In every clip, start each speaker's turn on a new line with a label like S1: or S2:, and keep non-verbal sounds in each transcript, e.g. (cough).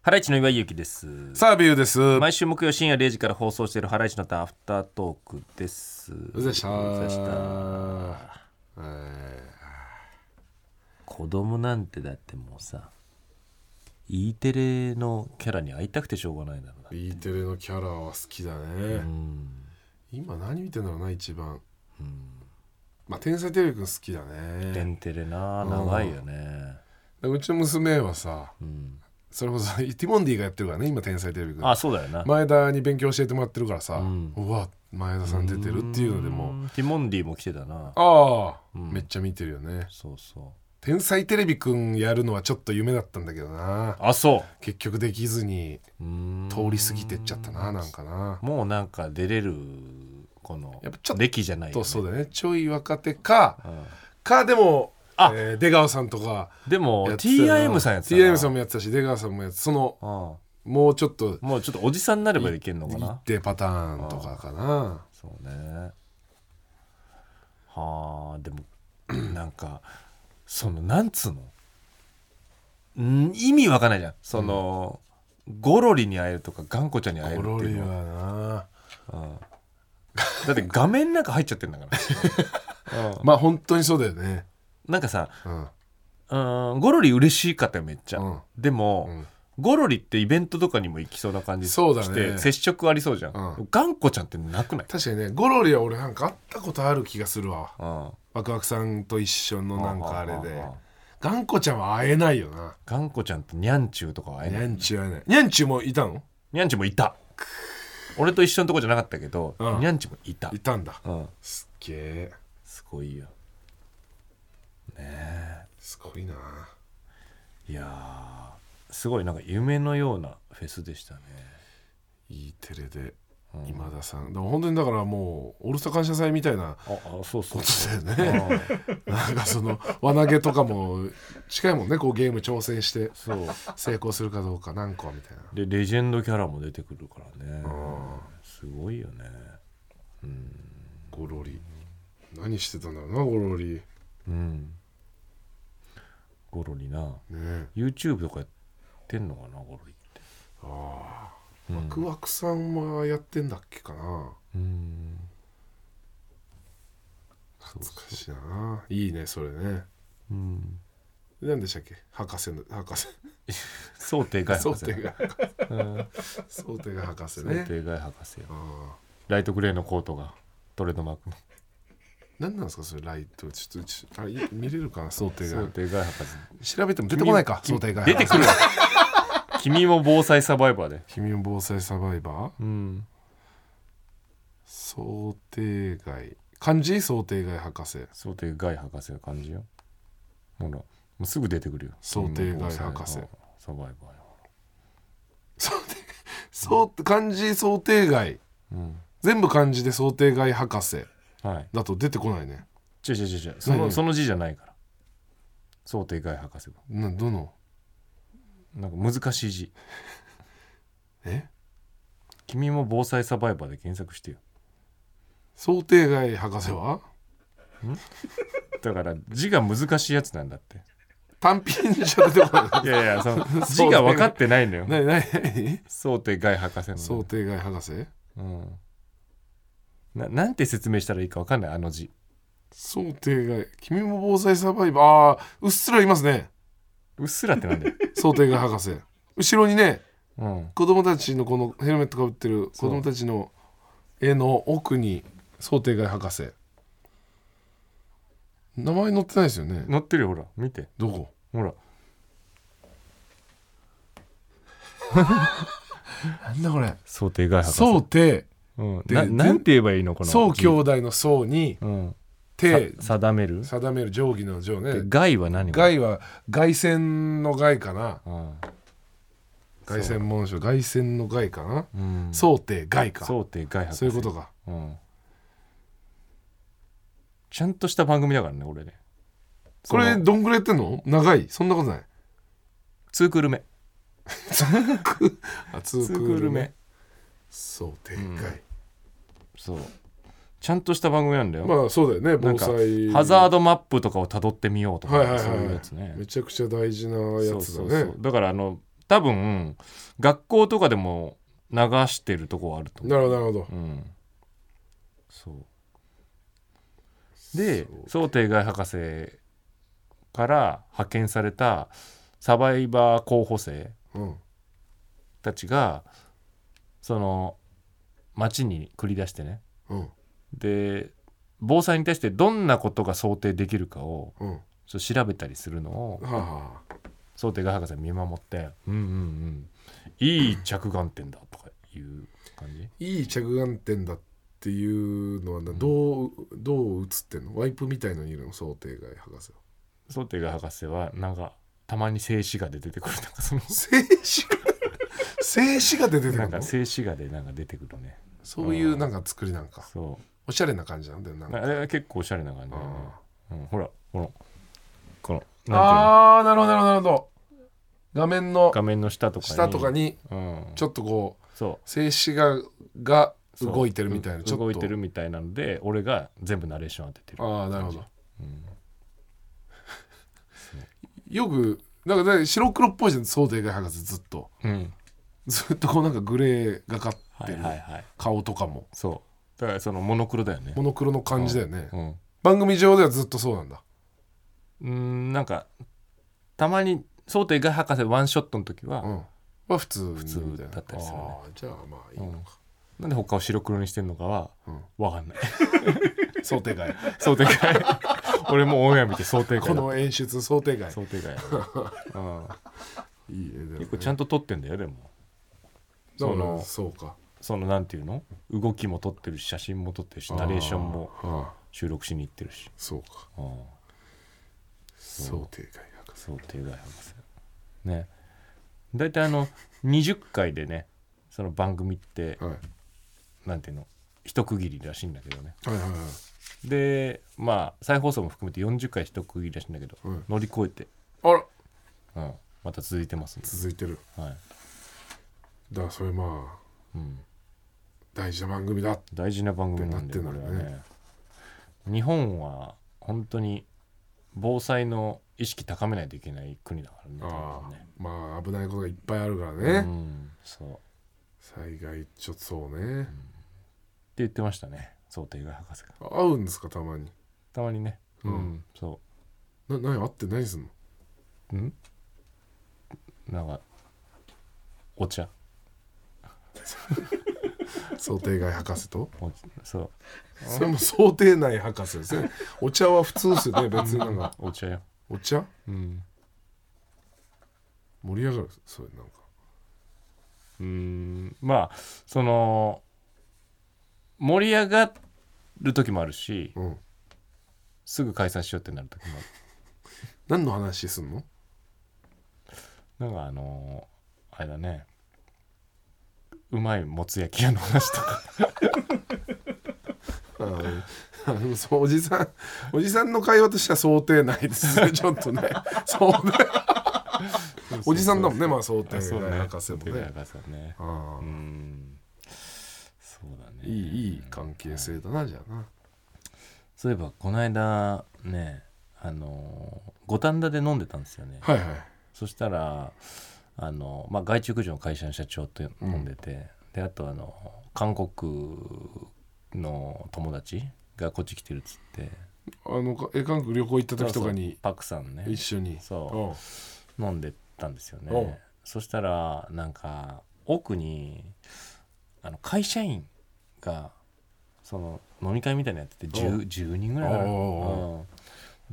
S1: ハライチの岩井ゆきです
S2: サービューです。お疲れ
S1: 毎週木曜深夜0時から放送しているハライチのターンアフタートークです
S2: 様でした。
S1: お疲れ様でした
S2: え
S1: 子供なんてだってもうさ E テレのキャラに会いたくてしょうがないだろうな
S2: ー E テレのキャラは好きだね。今何見てんだろうな一番。まあ天才テレビくん好きだ
S1: テ
S2: ね。
S1: ンテレな長いよね
S2: でうちの娘はさ、それこそ (laughs) ティモンディがやってるからね今天才テレビくん。
S1: あそうだよな
S2: 前田に勉強教えてもらってるからさ、うんわ前田さん出てるっていうのでもう
S1: うんティモンディも来てたな
S2: ああ、めっちゃ見てるよね
S1: そうそう
S2: 天才テレビくんやるのはちょっと夢だったんだけどな
S1: あそ
S2: 結局できずに
S1: ううん
S2: 通り過ぎてっちゃったななんかな
S1: もうなんか出れるこの
S2: やっぱちょっと
S1: 歴じゃないよ、
S2: と
S1: ね、
S2: そうだねちょい若手か、かでも
S1: あ
S2: えー出川さんとか
S1: でも
S2: やってたな
S1: TIM さんやってたな
S2: TIM さんもやってたし出川さんもやってたその
S1: うん
S2: もうちょっと
S1: もうちょっとおじさんになればいけんのか
S2: 一
S1: な
S2: 定パターンとかかな
S1: そうねはあでも (clears throat) なんかそのなんつうのん意味わかんないじゃんその、ゴロリに会えるとか頑固ちゃんに会える
S2: ゴロ
S1: ってい
S2: リ
S1: う
S2: は
S1: のは
S2: な
S1: だって画面なんか入っちゃってんだから、うん
S2: まあ本当に (laughs) そうだよね
S1: なんかさ
S2: うん
S1: うーんゴロリ嬉しかったよめっちゃ、
S2: うん
S1: でも、
S2: ん
S1: ゴロリってイベントとかにも行きそうな感じ
S2: そうだね
S1: して接触ありそうじゃん、
S2: う
S1: 頑固ちゃんってなくない、
S2: 確かにねゴロリは俺なんか会ったことある気がするわ
S1: うん、
S2: ワクワクさんと一緒のなんかあれ
S1: はあ
S2: で
S1: はあはあ
S2: 頑固ちゃんは会えないよな
S1: がんこちゃんとにゃんちゅうとかは会え
S2: に
S1: ない
S2: ゃんちゅう会えないにゃんちゅうもいたの
S1: にゃんちゅうもいた俺と一緒のとこじゃなかったけど、
S2: うん
S1: にゃんちゅうもいた
S2: いたんだ
S1: うん、
S2: すっげえ
S1: すごいよ
S2: すごいない
S1: やーすごいなんか夢のようなフェスでしたね
S2: E テレで今田さん、でも本当にだからもう「オールスター感謝祭」みたい
S1: あ
S2: な
S1: あそうそう
S2: だ
S1: そ
S2: よ
S1: う
S2: ねなんかその輪投げとかも近いもんねこうゲーム挑戦して
S1: そう
S2: 成功するかどうか何個みたいな
S1: でレジェンドキャラも出てくるからねすごいよね
S2: ゴロリ何してたんだろうなゴロリね
S1: うんゴロリな
S2: え
S1: YouTube とかやってんのかなゴロリって
S2: ワクワクさんはやってんだっけかな
S1: うん
S2: 懐かしいないいねそれね
S1: うん
S2: 何でしたっけ博士の博士
S1: 想定外
S2: 想
S1: 博士
S2: 定が博士想定が博士
S1: 想
S2: ね
S1: 定外博士よ
S2: ああ
S1: ライトグレーのコートがトレードマークの
S2: 何なんですかそれライトちょっとちょあい見れるかな想定
S1: 想
S2: が
S1: 定外博士
S2: 調べても出てこないか想定が
S1: 出て
S2: (laughs)
S1: くるわ君も防災サバイバーで
S2: 君も防災サバイバー
S1: うん
S2: 想定外漢字想定外博士
S1: 想定外博士の感じよほらもうすぐ出てくるよ
S2: 想定外博士
S1: 君も防災サバイバーよ
S2: 想定想漢字想定外
S1: うん
S2: 全部漢字で想定外博士
S1: はい
S2: だと出てこないね
S1: 違う違う違う違うそ
S2: 何
S1: の
S2: 何
S1: その字じゃないから想定外博士は
S2: などの
S1: なんか難しい字
S2: (laughs) え
S1: 君も防災サバイバーで検索してよ
S2: 想定外博士は
S1: だから字が難しいやつなんだって
S2: (laughs) 単品じゃ出てこない
S1: いやいやその字が分かってないのよ
S2: (laughs) なになになに
S1: 想定外博士のね
S2: 想定外博士
S1: うんななんて説明したらいいか分かんないあの字
S2: 想定外君も防災サバイバーああうっすらいますね
S1: うっすらってなんだ (laughs) よ、
S2: 想定外博士後ろにね
S1: うん、
S2: 子供たちのこのヘルメットかぶってる子
S1: そう
S2: 供たちの絵の奥に想定外博士名前載ってないですよね
S1: 載ってるよほら見て
S2: どこ
S1: ほら
S2: なんだこれ
S1: 想定外博士
S2: 想定
S1: うん、
S2: で
S1: な
S2: 全
S1: なんて言えばいいのこの字
S2: 想兄弟の想に
S1: うん、
S2: 定
S1: さ定める
S2: 定める定規の定
S1: で
S2: ね
S1: 外は何
S2: 外は外線の外かな
S1: うん
S2: 外線文書外線の外かな、
S1: うん、
S2: 想定外か
S1: 想定外博士
S2: そういうことか
S1: うん、ちゃんとした番組だからね俺ね
S2: これ
S1: その
S2: どんぐらいやってんの長いそんなことない
S1: ツークール目
S2: あツ
S1: ツークール目
S2: 想定外、
S1: そうちゃんとした番組なんだよ、
S2: まあそうだよね
S1: なん
S2: 防
S1: か
S2: 災
S1: ハザードマップとかをたどってみようとか、
S2: はいはいはい
S1: そういうやつね
S2: めちゃくちゃ大事なやつだね
S1: そうそうそうだからあの多分学校とかでも流してるとこはあると思う
S2: なるほどなるほど
S1: うん、そうで
S2: そう
S1: 想定外博士から派遣されたサバイバー候補生
S2: うん
S1: たちがその町に繰り出してね
S2: うん
S1: で防災に対してどんなことが想定できるかを
S2: うんは
S1: そう調べたりするのを
S2: あはあ
S1: 想定外博士見守って「うんうんうんいい着眼点だ」とかいう感じ
S2: いい着眼点だっていうのはなどうどう映ってんのワイプみたいのにいるの想定外博士は
S1: 想定外博士はなんかたまに静止画で出てくるなんかその
S2: 静止画静止画で出てく
S1: な
S2: る
S1: んか
S2: の
S1: 静止画でなんか出てくるね
S2: そういうなんか作りなんか
S1: そ
S2: おしゃれな感じなんだよな
S1: うあれは結構おしゃれな感じだよね
S2: あ
S1: うん、ほらこのこのなんていう
S2: ー
S1: の
S2: あーなるほどなるほどなるほど画面の
S1: 画面の下とかに
S2: 下とかに
S1: うん、
S2: ちょっとこう
S1: そう
S2: 静止画が
S1: そう
S2: 動いてるみたいな
S1: う
S2: ちょっと
S1: 動いてるみたいなので俺が全部ナレーション当ててる
S2: ああなるほど
S1: うん
S2: よくなんかだから白黒っぽいじゃん想定外博士ずっと
S1: うん、
S2: ずっとこうなんかグレーがかっ
S1: は
S2: て
S1: い
S2: る
S1: はいはい
S2: 顔とかも
S1: そうだからそのモノクロだよね
S2: モノクロの感じだよね
S1: うん
S2: 番組上ではずっとそうなんだ
S1: うーんなんかたまに想定外博士ワンショットの時は、
S2: うんは普通普
S1: 通だったりするね
S2: じゃあまあいいのか
S1: なんで他を白黒にしてんのかは
S2: うん
S1: わかんない
S2: 想定外
S1: 想定外
S2: (laughs)
S1: 俺もオンエア見て想定
S2: こ
S1: 外だ
S2: の演出想定外
S1: 想定外、う
S2: (laughs)
S1: ん、
S2: いいねでもね
S1: 結構ちゃんと撮ってんだよでも
S2: だから
S1: その
S2: そうか
S1: そのなんていうの動きも撮ってるし写真も撮ってるしナレーションも
S2: ああ
S1: 収録しに行ってるし、
S2: そうか
S1: うん
S2: 想定外博士
S1: 想定外博士ね大体あの20回でねその番組って
S2: はい
S1: なんていうの一区切りらしいんだけどね
S2: はいはいはい
S1: でまあ再放送も含めて40回一区切りらしいんだけど、
S2: うん
S1: 乗り越えて、
S2: あら
S1: うん、また続いてますね
S2: 続いてる
S1: はい
S2: だからそれまあ
S1: うん、
S2: 大事な番組だ
S1: 大事な番組なんで
S2: ってな
S1: こ
S2: っ
S1: れ
S2: てんだ
S1: は
S2: ね
S1: ね日本は本当に防災の意識高めないといけない国だからね多
S2: ああ
S1: 分ね
S2: まあ危ないことがいっぱいあるからね、
S1: うん、そうって
S2: 災害ちょっとそうね
S1: 言ってましたね想定外博士が
S2: 会うんですかたまに
S1: たまにね
S2: うん
S1: そ
S2: な何会って何す (laughs) んの
S1: ううんなんかお茶
S2: 想定外博士と
S1: おそう
S2: それも想定内博士ですねお茶は普通ですよね別になんか
S1: お茶よ
S2: お茶
S1: うん
S2: 盛り上がるそれなんか
S1: うーんまあその盛り上がる時もあるし
S2: うん
S1: すぐ解散しようってなる時もある
S2: 何の話すんの
S1: なんかあのーあれだねうまいもつ焼き屋の話とか
S2: あーあのそうおじさんおじさんの会話としては想定内ですねちょっと (laughs) ねそうね (laughs) おじさんだもんねまあ想定
S1: あそう
S2: 外
S1: ね
S2: 博士も
S1: 想定外
S2: ね
S1: 博士だね
S2: あ
S1: う
S2: あ
S1: んそうだね
S2: いいいい関係性だなじゃあな
S1: そういえばこの間ねあのー五反田で飲んでたんですよね
S2: はいはい
S1: そしたらあの、まあ、外注駆除の会社の社長と飲んでて、であとあの韓国の友達がこっち来てるっつって
S2: あのかえ韓国旅行行った時とか
S1: そうそ
S2: に
S1: うパクさんね
S2: 一緒に
S1: そ飲んでたんですよ
S2: おう
S1: ねそしたらなんか奥にあの会社員がその飲み会みたいなのやってて 10,
S2: おう
S1: 10人ぐらいかな
S2: おうお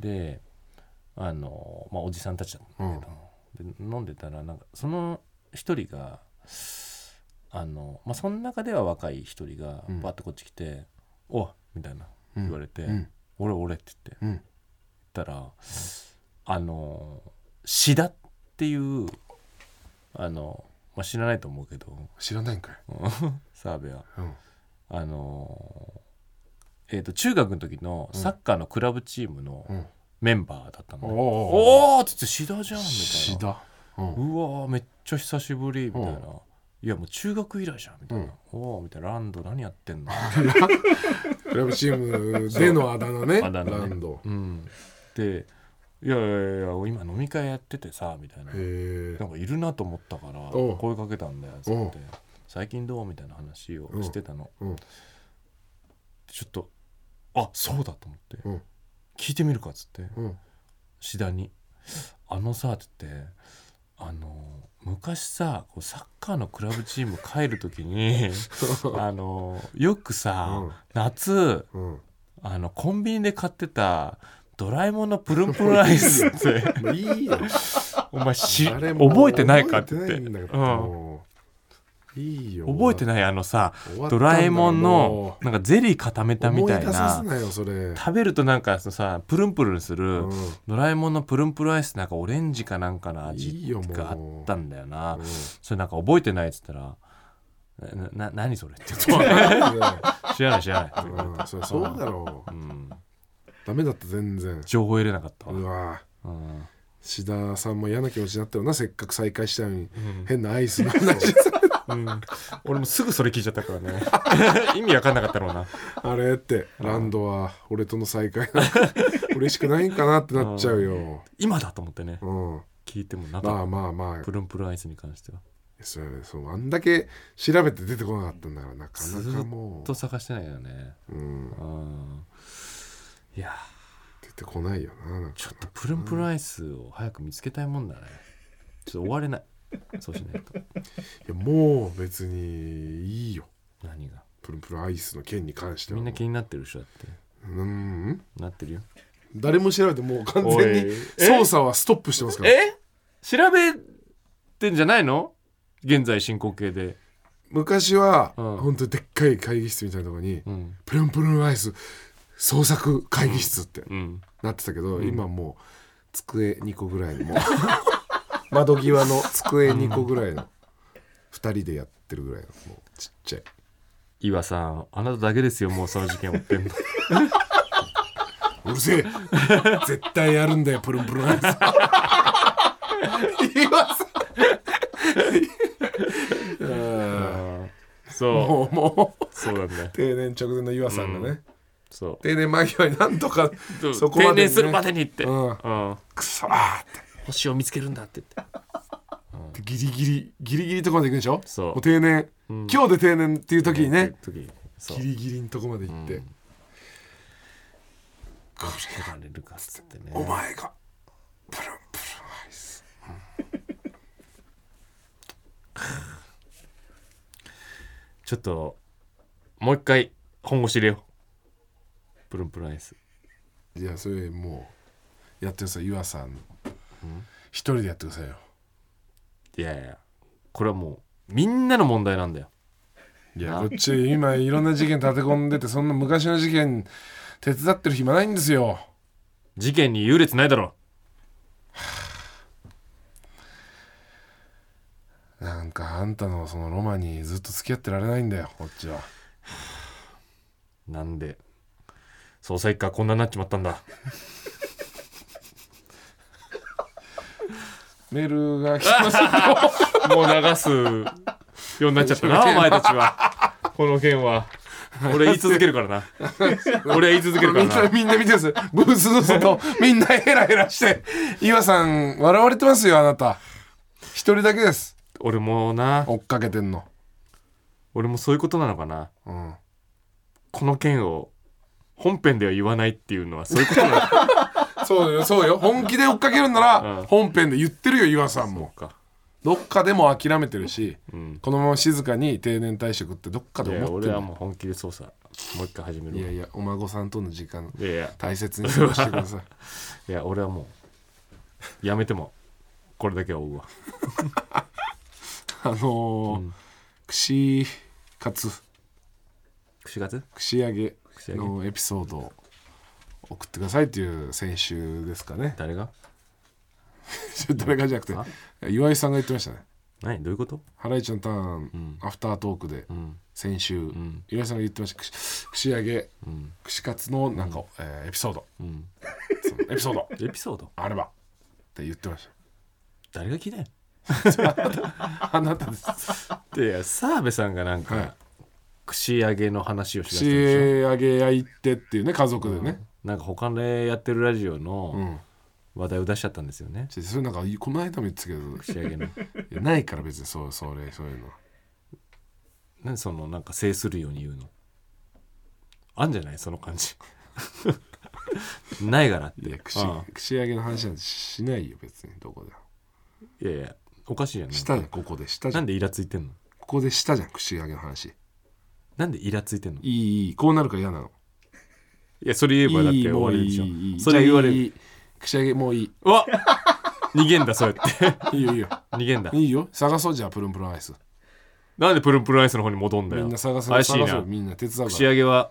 S1: うんであの、まあ、おじさんたちだ
S2: うんうん
S1: で飲んでたらなんかその一人があの、まあ、その中では若い一人が
S2: うん
S1: バッとこっち来て「おい!」みたいな
S2: うん
S1: 言われて
S2: うん
S1: 「俺俺」って言って
S2: うん
S1: 言ったらあのシダっていうあの、まあ、知らないと思うけど
S2: 知らないんかい
S1: うん澤部は
S2: うん
S1: あの、えー、と中学の時のサッカーのクラブチームの
S2: うん
S1: メンバーだったの、
S2: お
S1: ね
S2: おお
S1: おーっつって「シダじゃん」みたいな。
S2: シダうん
S1: うわーめっちゃ久しぶりみたいな、
S2: うん
S1: いやもう中学以来じゃんみたいな、おおみたいなランド何やってんの、
S2: クラブチームでのあだ名ね
S1: あだ名ね
S2: ランド
S1: うん、でいやいやいや今飲み会やっててさみたいな
S2: へ
S1: なんかいるなと思ったから
S2: おう
S1: 声かけたんだよつ
S2: お
S1: っ
S2: う
S1: て最近どうみたいな話を
S2: うん
S1: してたの
S2: うん
S1: ちょっとあそうだと思って
S2: うん
S1: 聞いてみるかっつって
S2: うん
S1: 志田に「あのさ」っつってあの昔さこうサッカーのクラブチーム帰る時
S2: (laughs)
S1: にあのよくさ、
S2: うん
S1: 夏
S2: うん
S1: あのコンビニで買ってたドラえもんのプルンプルンアイスって
S2: (laughs) もういいよ
S1: お前し
S2: 誰も
S1: 覚えてないかって言っ
S2: 覚え
S1: て
S2: てないんだけ
S1: うん
S2: どもういいよ
S1: 覚えて
S2: い
S1: ないあのさドラえもんのなんかゼリー固めたみたい
S2: 思い出
S1: な
S2: させなよそれ、うん
S1: 食べるとなんかそのさプルンプルンする、ドラえもんのプルンプルンアイスなんかオレンジかなんかの
S2: いい
S1: 味
S2: よもう
S1: があったんだよな
S2: うん
S1: それなんか覚えてないっつったら「なな何それ?」 (laughs) って言って知らない知らない」
S2: うん、そりゃそうだろう
S1: うん、
S2: ダメだった全然
S1: 情報入れなかったわ、
S2: うわ
S1: うん
S2: 志田さんも嫌な気持ちになったよなせっかく再会したのに
S1: うん
S2: 変なアイスの話
S1: うん俺もすぐそれ聞いちゃったからね (laughs) 意味わかんなかったろうな
S2: あれってランドは俺との再会なんか嬉しくないんかなってなっちゃうよ、
S1: 今だと思ってね
S2: うん、
S1: 聞いてもな
S2: ま
S1: か
S2: あ
S1: っ
S2: まあまあ
S1: たプルンプルンアイスに関しては
S2: それそうあんだけ調べて出てこなかったんだからなか
S1: ず
S2: なかも
S1: っと探してないよね
S2: う、うん、
S1: うんいや
S2: 出てこないよななんか
S1: ちょっとプルンプルンアイスを早く見つけたいもんだねちょっと終われないそうしないと
S2: いやもう別にいいよ
S1: 何が
S2: プルンプルンアイスの件に関しては
S1: みんな気になってるでしょだって
S2: うん
S1: なってるよ
S2: 誰も調べてもう完
S1: お
S2: 全
S1: い
S2: に
S1: え
S2: 捜査はストップしてますから
S1: え調べてんじゃないの現在進行形で、
S2: 昔は、
S1: うん
S2: 本当にでっかい会議室みたいなところに、
S1: うん
S2: プルンプルンアイス創作会議室って
S1: うん、
S2: なってたけど、今もう机2個ぐらい
S1: (laughs)
S2: のもう窓際の机2個ぐらいの、2人でやってるぐらいのもうちっちゃい
S1: 岩さんあなただけですよもうその事件追ってん (laughs) の
S2: う
S1: (laughs)
S2: るせえ絶対やるんだよプルンプルンアイス言い
S1: (laughs)
S2: ます
S1: そう
S2: もうもう
S1: そうなんだよ
S2: 定年直前の岩さんがね、
S1: そう
S2: 定年間際になんとかそ
S1: 定
S2: こまで、ね、
S1: 年するまでにって、
S2: う
S1: う
S2: ん
S1: ん
S2: くそーって
S1: 星を見つけるんだって言って
S2: ギリギリギリギリとこまで行くんでしょ
S1: そう
S2: もう定年、
S1: ん
S2: 今日で定年っていう時にね
S1: 時にそう
S2: ギリギリのとこまで行って、
S1: これられるかっつってね
S2: お前がプルンプルンアイス
S1: ちょっともう一回本腰入れようプルンプルンアイス
S2: いやそれもうやってください岩さん一人でやってくださいよ
S1: いやいやこれはもうみんなの問題なんだよ
S2: いやこっち今いろんな事件立て込んでてそんな昔の事件手伝ってる暇ないんですよ
S1: 事件に優劣ないだろ
S2: なんかあんたのそのロマンにずっと付き合ってられないんだよこっちは
S1: なんで捜査一課こんなになっちまったんだ
S2: メールが来てます
S1: もう流す (laughs) ようになっちゃったなお前たちはこの件は俺言い続けるからな俺は言い続けるか
S2: み
S1: ら
S2: んな
S1: な
S2: みんな見てますブースの外
S1: (laughs)
S2: みんなヘラヘラして岩さん笑われてますよあなた一人だけです
S1: 俺もな
S2: 追っかけてんの
S1: 俺もそういうことなのかな
S2: うん
S1: この件を本編では言わないっていうのはそういうことなのか
S2: そうよそうよ本気で追っかけるんなら
S1: うん
S2: 本編で言ってるよ岩さん
S1: そう
S2: も
S1: か
S2: どっかでも諦めてるし
S1: うん
S2: このまま静かに定年退職ってどっ
S1: (laughs)
S2: か
S1: い
S2: で
S1: や
S2: 思っ
S1: 俺
S2: てる
S1: はもう本気で捜査もう一回始める
S2: い
S1: わ
S2: や
S1: い
S2: いやお孫さんとの時間
S1: やいや
S2: 大切に過ごしてください
S1: いや俺はもうやめてもこれだけは追うわ
S2: あのー
S1: うん
S2: 串カツ
S1: 串カツ
S2: 串揚げ
S1: 串揚げ
S2: のエピソードを送ってくださいっていう先週ですかね
S1: 誰が
S2: (laughs) 誰かじゃなく
S1: あ
S2: て岩井さんが言ってましたね
S1: 何どういうこと
S2: ハライチのターン、
S1: うん
S2: アフタートークで
S1: うん
S2: 先週、
S1: ん
S2: 岩井さんが言ってました串串揚げ
S1: うん
S2: 串カツのなんか、えーエピソード
S1: うん
S2: そのエピソード
S1: エピソード
S2: あればって言ってまし
S1: 誰が聞いたんや
S2: たあなたです
S1: いや澤部さんがなんか、
S2: はい
S1: 串揚げの話をしだした
S2: 串
S1: んでし
S2: 揚げ屋行ってっていうね家
S1: ょ
S2: 族でね、
S1: なんか他でやってるラジオ
S2: う
S1: の
S2: ん
S1: 話題を出しちゃったんですよね
S2: ちょそれなんかこの間も言ってたけど
S1: 仕上げ (laughs) の
S2: いやないから別にそうそれそういうの
S1: なんでそのなんか制するように言うのあんじゃないその感じ (laughs) ないからって
S2: いや串
S1: ああ
S2: 串揚げの話なんてしないよ別にどこでも
S1: いやいやおかしいやん
S2: したじゃんここでしたじゃ
S1: なん
S2: ん
S1: でイラついてんの
S2: ここでしたじゃん串揚げの話い
S1: なんでイラついてんのい
S2: いいいこうなるから嫌なの
S1: やそれ言えばだって
S2: いい
S1: 終
S2: も
S1: わ
S2: う
S1: れる
S2: い
S1: でしょ
S2: いいい
S1: それ言われる
S2: じゃあいい串揚げもういいう
S1: わ (laughs) 逃げんだそうやって
S2: いいよい
S1: (laughs)
S2: いよ
S1: 逃げんだ
S2: いいよ探そうじゃあプルンプルンアイス
S1: なんでプルンプルンアイスの方に戻んだよ
S2: みんな探そう
S1: 怪
S2: 探
S1: しい
S2: そ
S1: な
S2: うみんな手伝うか
S1: 串
S2: らい
S1: 揚げは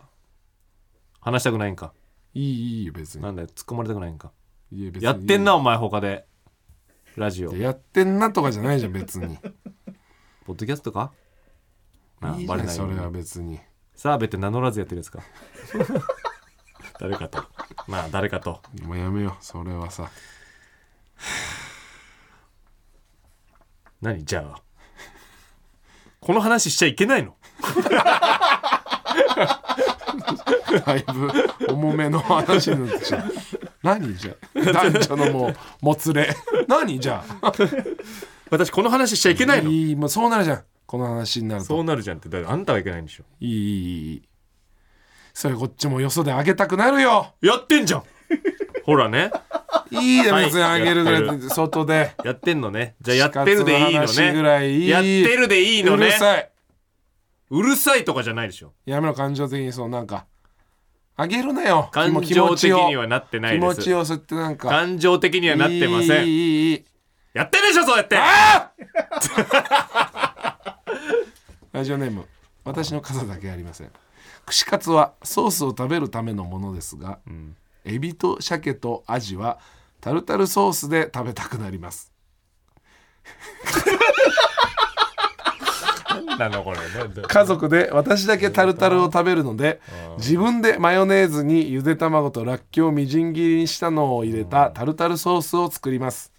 S1: 話したくないんか
S2: いいいよ別に
S1: なんだよ突っ込まれたくないんか
S2: いや別に
S1: やってんなお前他でラジオ
S2: いややってんなとかじゃないじゃん別に
S1: ポッドキャストか (laughs) なあ
S2: いいじゃ
S1: バレ
S2: ん
S1: ないよ
S2: そうれ
S1: に
S2: は別に
S1: 澤部って名乗らずやってるやつか (laughs) 誰かとまあ誰かと
S2: もうやめようそれはさ
S1: 何じゃあこの話しちゃいけないの
S2: だいぶ重めの話になってしまう。 (laughs) 何じゃ男女のもうも
S1: (laughs)
S2: つれ何じゃ
S1: 私この話しちゃいけないの
S2: いいもうそうなるじゃんこの話になる
S1: そ
S2: と
S1: うなるじゃんってだからあんたがいけないんでしょ
S2: いいいいいいそれこっちもよそであげたくなるよ
S1: やってんじゃんほらね
S2: いいで
S1: (laughs) はい
S2: 別にあげるぐら
S1: やっ
S2: いで外で
S1: やってんのねじゃあやってるでいいの
S2: 死活の話ぐ
S1: ね
S2: らいいい
S1: やってるでいいの
S2: う
S1: ね
S2: るさいう
S1: るさいとかじゃないでしょ
S2: やめろ感情的にそうなんかあげるなよ
S1: 感
S2: 気持
S1: 情
S2: ち
S1: 的
S2: を
S1: にはなってない
S2: 気持
S1: で
S2: ち
S1: す
S2: を吸ってなんか
S1: 感情的にはなってません
S2: いいいいいい
S1: やってるでしょそうやって
S2: ラジオネーム私の傘だけありません串カツはソースを食べるためのものですが、エビと鮭とアジはタルタルソースで食べたくなります
S1: なんだこれなんだ
S2: 家族で私だけタルタルを食べるので自分でマヨネーズにゆで卵とらっきょうをみじん切りにしたのを入れたタルタルソースを作ります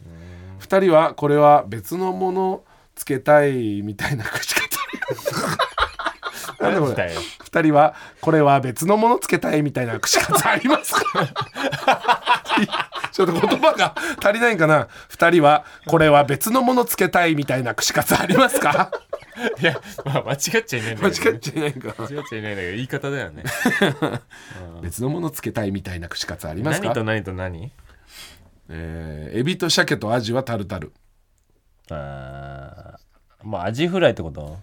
S2: 2人はこれは別のものつけたいみたいな口方 (laughs) なんでこ
S1: 何
S2: れ
S1: だよ
S2: 2人はこれは別のものつけたいみたいな口数ありますか (laughs) ちょっと言葉が足りないんかな2人はこれは別のものつけたいみたいな口数ありますか
S1: いや、まあ、間違っちゃいないん
S2: (laughs) 間
S1: だけど、
S2: 違っちゃいないんか
S1: 間違っちゃいないんだけど言い方だよね
S2: な別のものつけたいみたいな口数あります
S1: 何と
S2: か、
S1: 何と何
S2: えー、エビと鮭とアジはタルタル
S1: あーまあアジフライってこと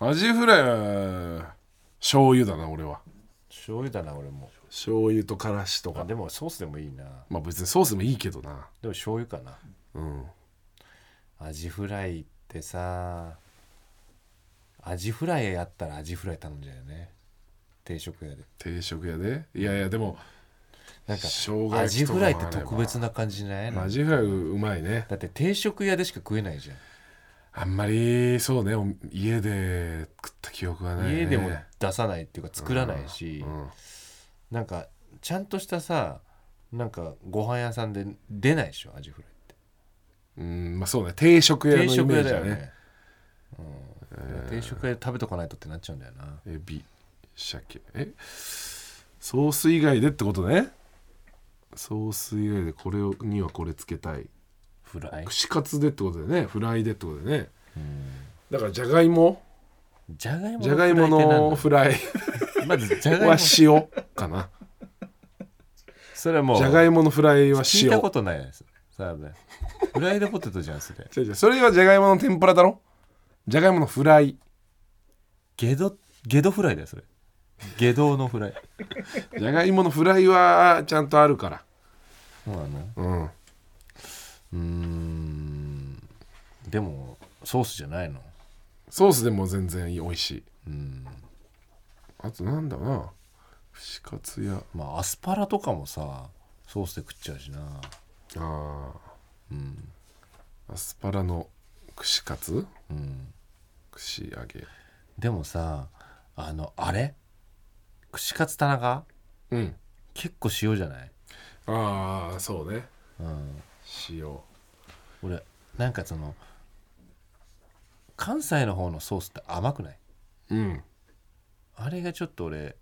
S2: アジフライは醤油だな俺は
S1: 醤油だな俺も
S2: 醤油とからしとか
S1: でもソースでもいいな
S2: まあ別にソースもいいけどな
S1: でも醤油かな
S2: うん
S1: アジフライってさアジフライやったらアジフライ頼んじゃうよね定食屋で
S2: 定食屋でいやいやでも
S1: なんか
S2: 生姜
S1: ア
S2: 焼
S1: ジ
S2: きと
S1: フ
S2: かも
S1: ラ
S2: あ
S1: イっ
S2: れば
S1: て特別な感じじゃない
S2: アジフライうまいね
S1: だって定食屋でしか食えないじゃん
S2: あんまりそうねお家で食った記憶はない、ね、
S1: 家でも出さないっていうか作らないし、
S2: うん
S1: なんかちゃんとしたさなんかご飯屋さんで出ないでしょアジフライって
S2: うんまあそうね定食屋の
S1: 定
S2: イ
S1: 食
S2: メ
S1: 屋
S2: ージ
S1: だ
S2: だ
S1: よ
S2: ね
S1: ねうん定食屋で食べとかないとってなっちゃうんだよな
S2: エビ鮭えソース以外でってことねソース以外でこれをにはこれつけたい
S1: フライ
S2: 串カツでってことだよねフライでってことだよねだからじゃがいも
S1: じゃがいも
S2: じゃがいもの
S1: の
S2: フライ
S1: フライって何なのまずじゃがいも
S2: は塩か
S1: (laughs)
S2: な
S1: それはもう
S2: じゃがいものフライは
S1: 聞い
S2: 塩
S1: たことないです澤部フライドポテトじゃんそれ
S2: 違う違うそれはじゃがいもの天ぷらだろじゃがいものフライ
S1: ゲドゲドフライだよそれゲドのフライ
S2: じゃがいものフライはちゃんとあるから
S1: そうなの
S2: うん
S1: うーんでもソースじゃないの
S2: ソースでも全然いい美味しい
S1: うん
S2: あとなんだろうな串カツ屋
S1: まあアスパラとかもさソースで食っちゃうしな
S2: あ
S1: うん
S2: ーアスパラの串カツ
S1: うん
S2: 串揚げ
S1: でもさあのあれ串カツ田中
S2: うん
S1: 結構塩じゃない、
S2: ああそうね
S1: うん、
S2: 塩
S1: 俺なんかその関西の方のソースって甘くない
S2: うん
S1: あれがちょっと俺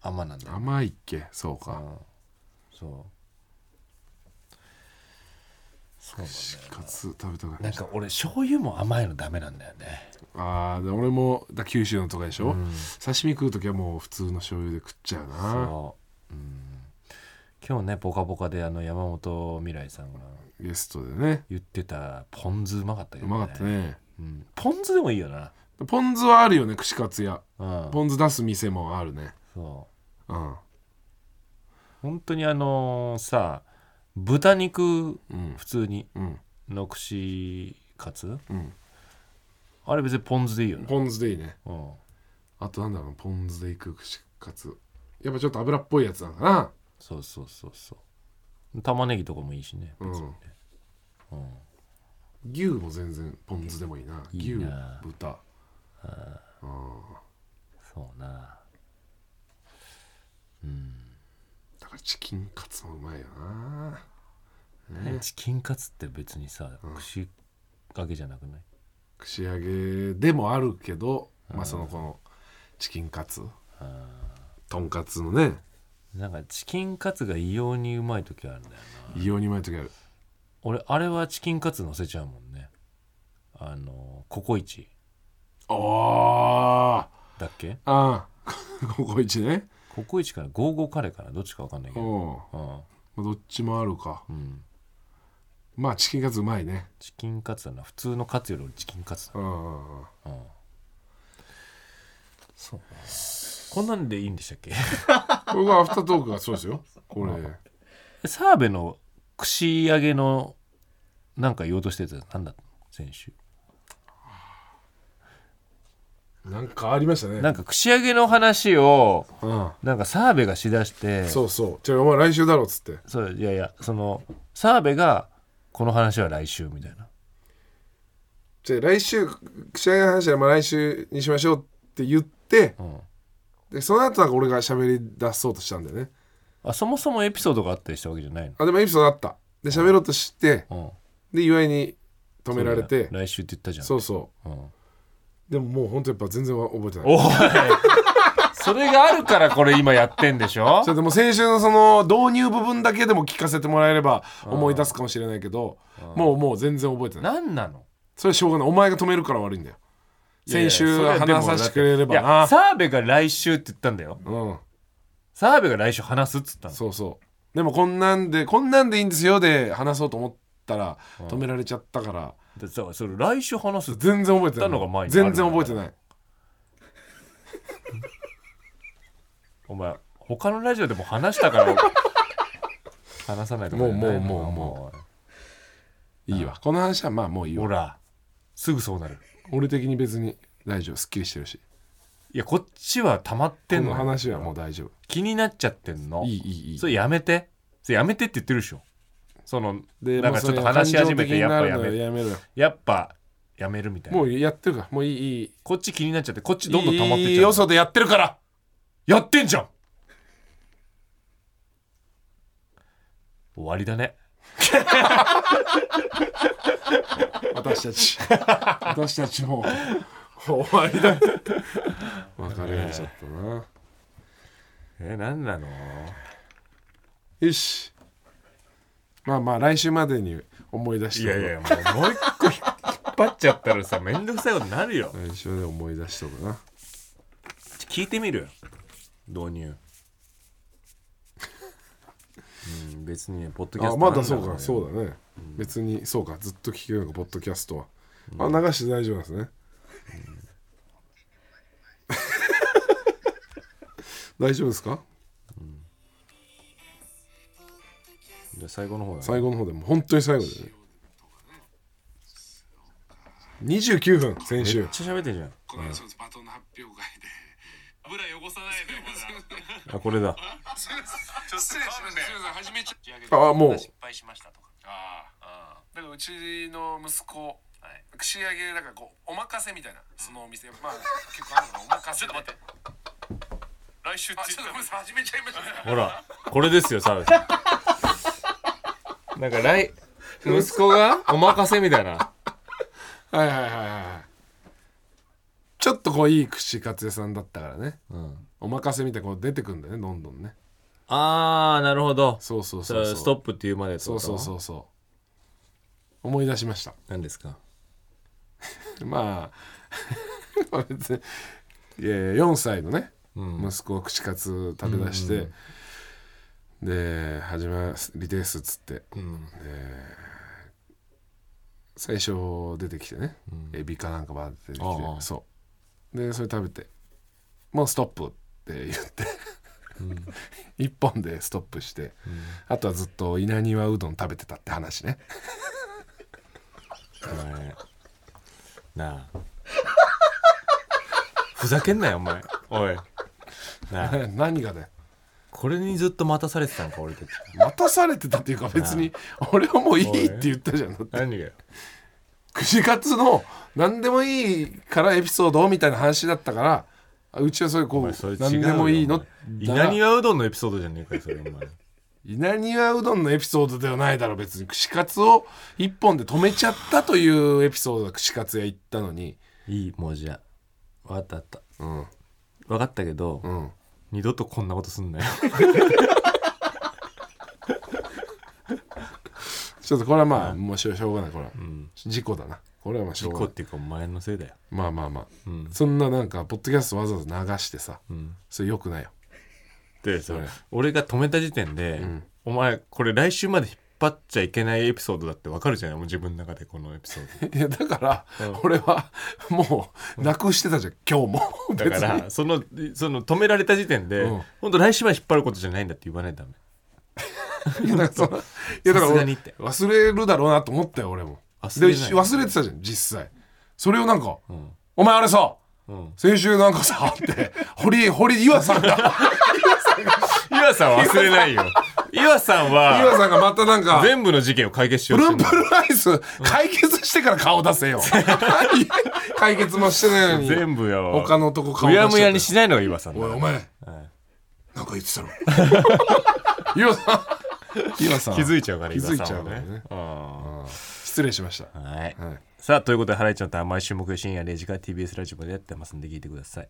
S1: 甘なんだよ
S2: 甘いっけそう
S1: う
S2: か
S1: んそう
S2: 串カツ食べたくな
S1: な
S2: りま
S1: ん
S2: した
S1: か俺醤油も甘いのダメなんだよね
S2: あーで俺もだ九州のとかでしょ、刺身食う時はもう普通の醤油で食っちゃうな
S1: そう、うん、今日ね「ぽかぽか」であの山本未来さんが
S2: ゲストでね
S1: 言ってたポン酢うまかったけ
S2: う
S1: どね
S2: まかったね
S1: うん、ポン酢でもいいよな、
S2: ポン酢はあるよね串カツ屋
S1: うん、
S2: ポン酢出す店もあるね
S1: そう
S2: うん
S1: 本当にあのーさ豚肉
S2: うん
S1: 普通に
S2: うん
S1: の串カツ
S2: うん
S1: あれ別にポン酢でいいよな、
S2: ポン酢でいいね
S1: うん、
S2: あとなんだろうポン酢でいく串カツやっぱちょっと油っぽいやつなのかな
S1: そうそうそうそう玉ねぎとかもいいしね
S2: うん
S1: 別にね、うん
S2: 牛も全然ポン酢でもいいない
S1: いな
S2: 牛豚うん
S1: そうなうん
S2: だからチキンカツもうまいよなね
S1: チキンカツって別にさ串かけじゃなくない、
S2: 串揚げでもあるけどまあそのこのチキンカツとんかつのね
S1: なんかチキンカツが異様にうまい時あるんだよな
S2: 異様にうまい時ある
S1: 俺あれはチキンカツ乗せちゃうもんねあのココイチ
S2: あ
S1: だっけ
S2: あああ (laughs) ココイチね
S1: ココイチからゴーゴーカレーからどっちかわかんないけ
S2: う
S1: ど、
S2: ん
S1: うん
S2: まあどっちもあるか
S1: うん、
S2: まあチキンカツうまいね
S1: チキンカツだな普通のカツより俺チキンカツだ
S2: うんうんうん
S1: うんそうこんなんでいいんでしたっけ (laughs)
S2: これがアフタートークがそうですよこれ
S1: 澤部の串揚げのなんか言おうとしてたやつなんだったの先週
S2: なんかありましたね
S1: なんか串揚げの話を
S2: うん
S1: なんか澤部がしだして
S2: そうそうじゃあお前来週だろっつって
S1: そういやいやその澤部がこの話は来週みたいな
S2: じゃあ来週試合の話はまあ来週にしましょうって言って
S1: うん
S2: でその後なんか俺が喋り出そうとしたんだよね
S1: あそもそもエピソードがあったりしたわけじゃないの
S2: あでもエピソードあったで喋ろうとして
S1: うん
S2: で岩井に止められて
S1: そうだよ来週って言ったじゃん、
S2: そうそう
S1: ん、
S2: うでももうほんとやっぱ全然覚えてない
S1: おい (laughs) それがあるからこれ今やってんでしょ
S2: (laughs) それでも先週のその導入部分だけでも聞かせてもらえれば思い出すかもしれないけどもうもう全然覚えてない
S1: 何なの
S2: それはしょうがないお前が止めるから悪いんだよ先週話させてくれれば
S1: いや
S2: な
S1: 澤部が来週って言ったんだよ
S2: うん
S1: 澤部が来週話すっつったの
S2: そうそうでもこんなんでこんなんでいいんですよで話そうと思ったら止められちゃったから
S1: でそうそれ来週話すって
S2: 全然覚えてない
S1: 言ったのが前にある
S2: 全然覚えてない
S1: お前他のラジオでも話した
S2: (laughs)
S1: から話さないとかじゃないの
S2: もうもうもうもいいわこの話はまあもういい
S1: ほ
S2: わ
S1: らすぐそうなる
S2: 俺的に別に大丈夫すっきりしてるし
S1: いやこっちは溜まって
S2: こ
S1: んの
S2: の話はもう大丈夫
S1: 気になっちゃってんの
S2: いいいいいい
S1: それやめてそれやめてって言ってるでしょその
S2: で
S1: なんか
S2: もう
S1: ち
S2: そ
S1: ょっ
S2: れ
S1: と話し始め
S2: 感情的
S1: て
S2: に
S1: やっ
S2: な
S1: ぱ
S2: る
S1: や
S2: の
S1: め
S2: やめろよ
S1: やっぱやめるみたいな
S2: もうやってるからもういいいい
S1: こっち気になっちゃってこっちどんどん溜まってっ
S2: いい
S1: ちゃ
S2: よ
S1: う
S2: そでやってるから
S1: やってんじゃん終わりだね
S2: 私た (laughs) ち私たちもう終わりだ別れちゃったな
S1: え何なの
S2: よしまあまあ来週までに思い出し
S1: も
S2: て
S1: うもう一個引っ張っちゃったらさめんどくさいことになるよ
S2: 来週で思い出しとくな
S1: 聞いてみる導入 (laughs) うん別にねポッドキャス
S2: あ
S1: ト
S2: まだそうか
S1: う
S2: そうだね、別にそうかずっと聞けるのかポッドキャストは、あ流して大丈夫なんですね、 (laughs) 大丈夫ですか
S1: じゃあ最後の方だね
S2: 最後の方でも本当に最後だよね29分先
S1: めっ
S2: 週
S1: ちゃ喋ってんじゃん
S3: この間そのバトンの発表会で油汚さないでよまだ
S1: あこれだ
S3: ちょっと失礼しました初めちゃ
S2: あもう
S1: 敗しましたとか
S3: ああだからうちの息子串揚げだからこうお任せみたいなそのお店まあ結構あるのがお任せちょっと待って来週って言ったの始めちゃいました
S1: ほらこれですよ澤部さんなんか来息子がお任せみたいな
S2: はいはいはいはいちょっとこういい串カツ屋さんだったからね、お任せみたいにこう出てくんだよねどんどんね
S1: (laughs) あーなるほど
S2: そうそう
S1: そ
S2: そう
S1: れ
S2: そう
S1: ストップっていうまでってこ
S2: そう
S1: と
S2: そうそうそ思い出しました
S1: 何ですか
S2: まあ (laughs) 別にいやいや4歳のね、
S1: うん
S2: 息子を口数食べ出して、で始まりですっつって
S1: うん
S2: 最初出てきてね、エビかなんかバーって出てき
S1: ああ
S2: てそうでそれ食べて「もうストップ」って言って、 (laughs) 一本でストップして、あとはずっと稲庭うどん食べてたって話ね
S1: お前な (laughs) あふざけんなよお前 (laughs) おいなあ
S2: (laughs) 何がだよ
S1: これにずっと待たされてたのか俺たち
S2: 待たされてたっていうか
S1: (laughs)
S2: 別に俺はもういいって言ったじゃんだって
S1: 何がよ
S2: 串カツの何でもいいからエピソードみたいな話だったからあうちはそれこ
S1: お
S2: う
S1: 前それ違うよ
S2: 何でもいい
S1: お
S2: の
S1: 前
S2: だ
S1: 稲庭うどんのエピソードじゃねえかよそれお前
S2: 稲庭うどんのエピソードではないだろ別に串カツを一本で止めちゃったというエピソードが串カツ屋行ったのに
S1: (laughs) いいもうじゃあ分かった分かった
S2: うん
S1: 分かったけど、
S2: うん
S1: 二度とこんなことすんなよ
S2: ちょっとこれはまあもうしょうしょうがないこれは、
S1: ん
S2: 事故だなこれはまあしょ
S1: 事
S2: うが
S1: 故
S2: な
S1: っ
S2: い
S1: ていうかお前のせいだよ
S2: まあまあまあ、
S1: うん
S2: そんななんかポッドキャストわざわざ流してさ、
S1: ん
S2: それよくないよ
S1: でそ
S2: れ
S1: 俺が止めた時点で、お前これ来週まで引っ張っちゃいけないエピソードだって分かるじゃないもう自分の中でこのエピソード
S2: いやだから、俺はもうなくしてたじゃん今日
S1: (laughs)
S2: も (laughs) 別
S1: だ
S2: に
S1: からそのその止められた時点で、
S2: うん
S1: 本当来週まで引っ張ることじゃないんだって言わないとダメ
S2: いやだからそのいやだから
S1: さすがにって
S2: 俺忘れるだろうなと思ったよ俺も
S1: 忘れない
S2: でし忘れてたじゃん実際それをなんか「
S1: ん
S2: お前あれさ、
S1: ん
S2: 先週なんかさ」って (laughs) 堀堀岩さ
S1: (laughs)
S2: んが
S1: 岩さんは忘れないよ岩さん
S2: 岩
S1: は
S2: さんがまたなんか
S1: 全部の事件を解決し
S2: プ
S1: よう
S2: ル
S1: と
S2: ンプルアイス解決してから顔出せよ (laughs) 解決もしてないのに
S1: 全部よ
S2: 他のとこ顔
S1: う
S2: 出しちゃ
S1: や
S2: って
S1: むやにしないのが岩さんだ
S2: おい
S1: から
S2: お前、なんか言ってた (laughs) ろ岩さん岩さん
S1: 気づいちゃうから
S2: 気づい
S1: 岩
S2: ち
S1: さ
S2: ゃ
S1: ん
S2: う
S1: は
S2: から
S1: ね
S2: ね
S1: うん
S2: 失礼しました
S1: はい、さあということで「ハライチのターン」毎週木曜深夜0時から TBS ラジオまでやってますんで聞いてください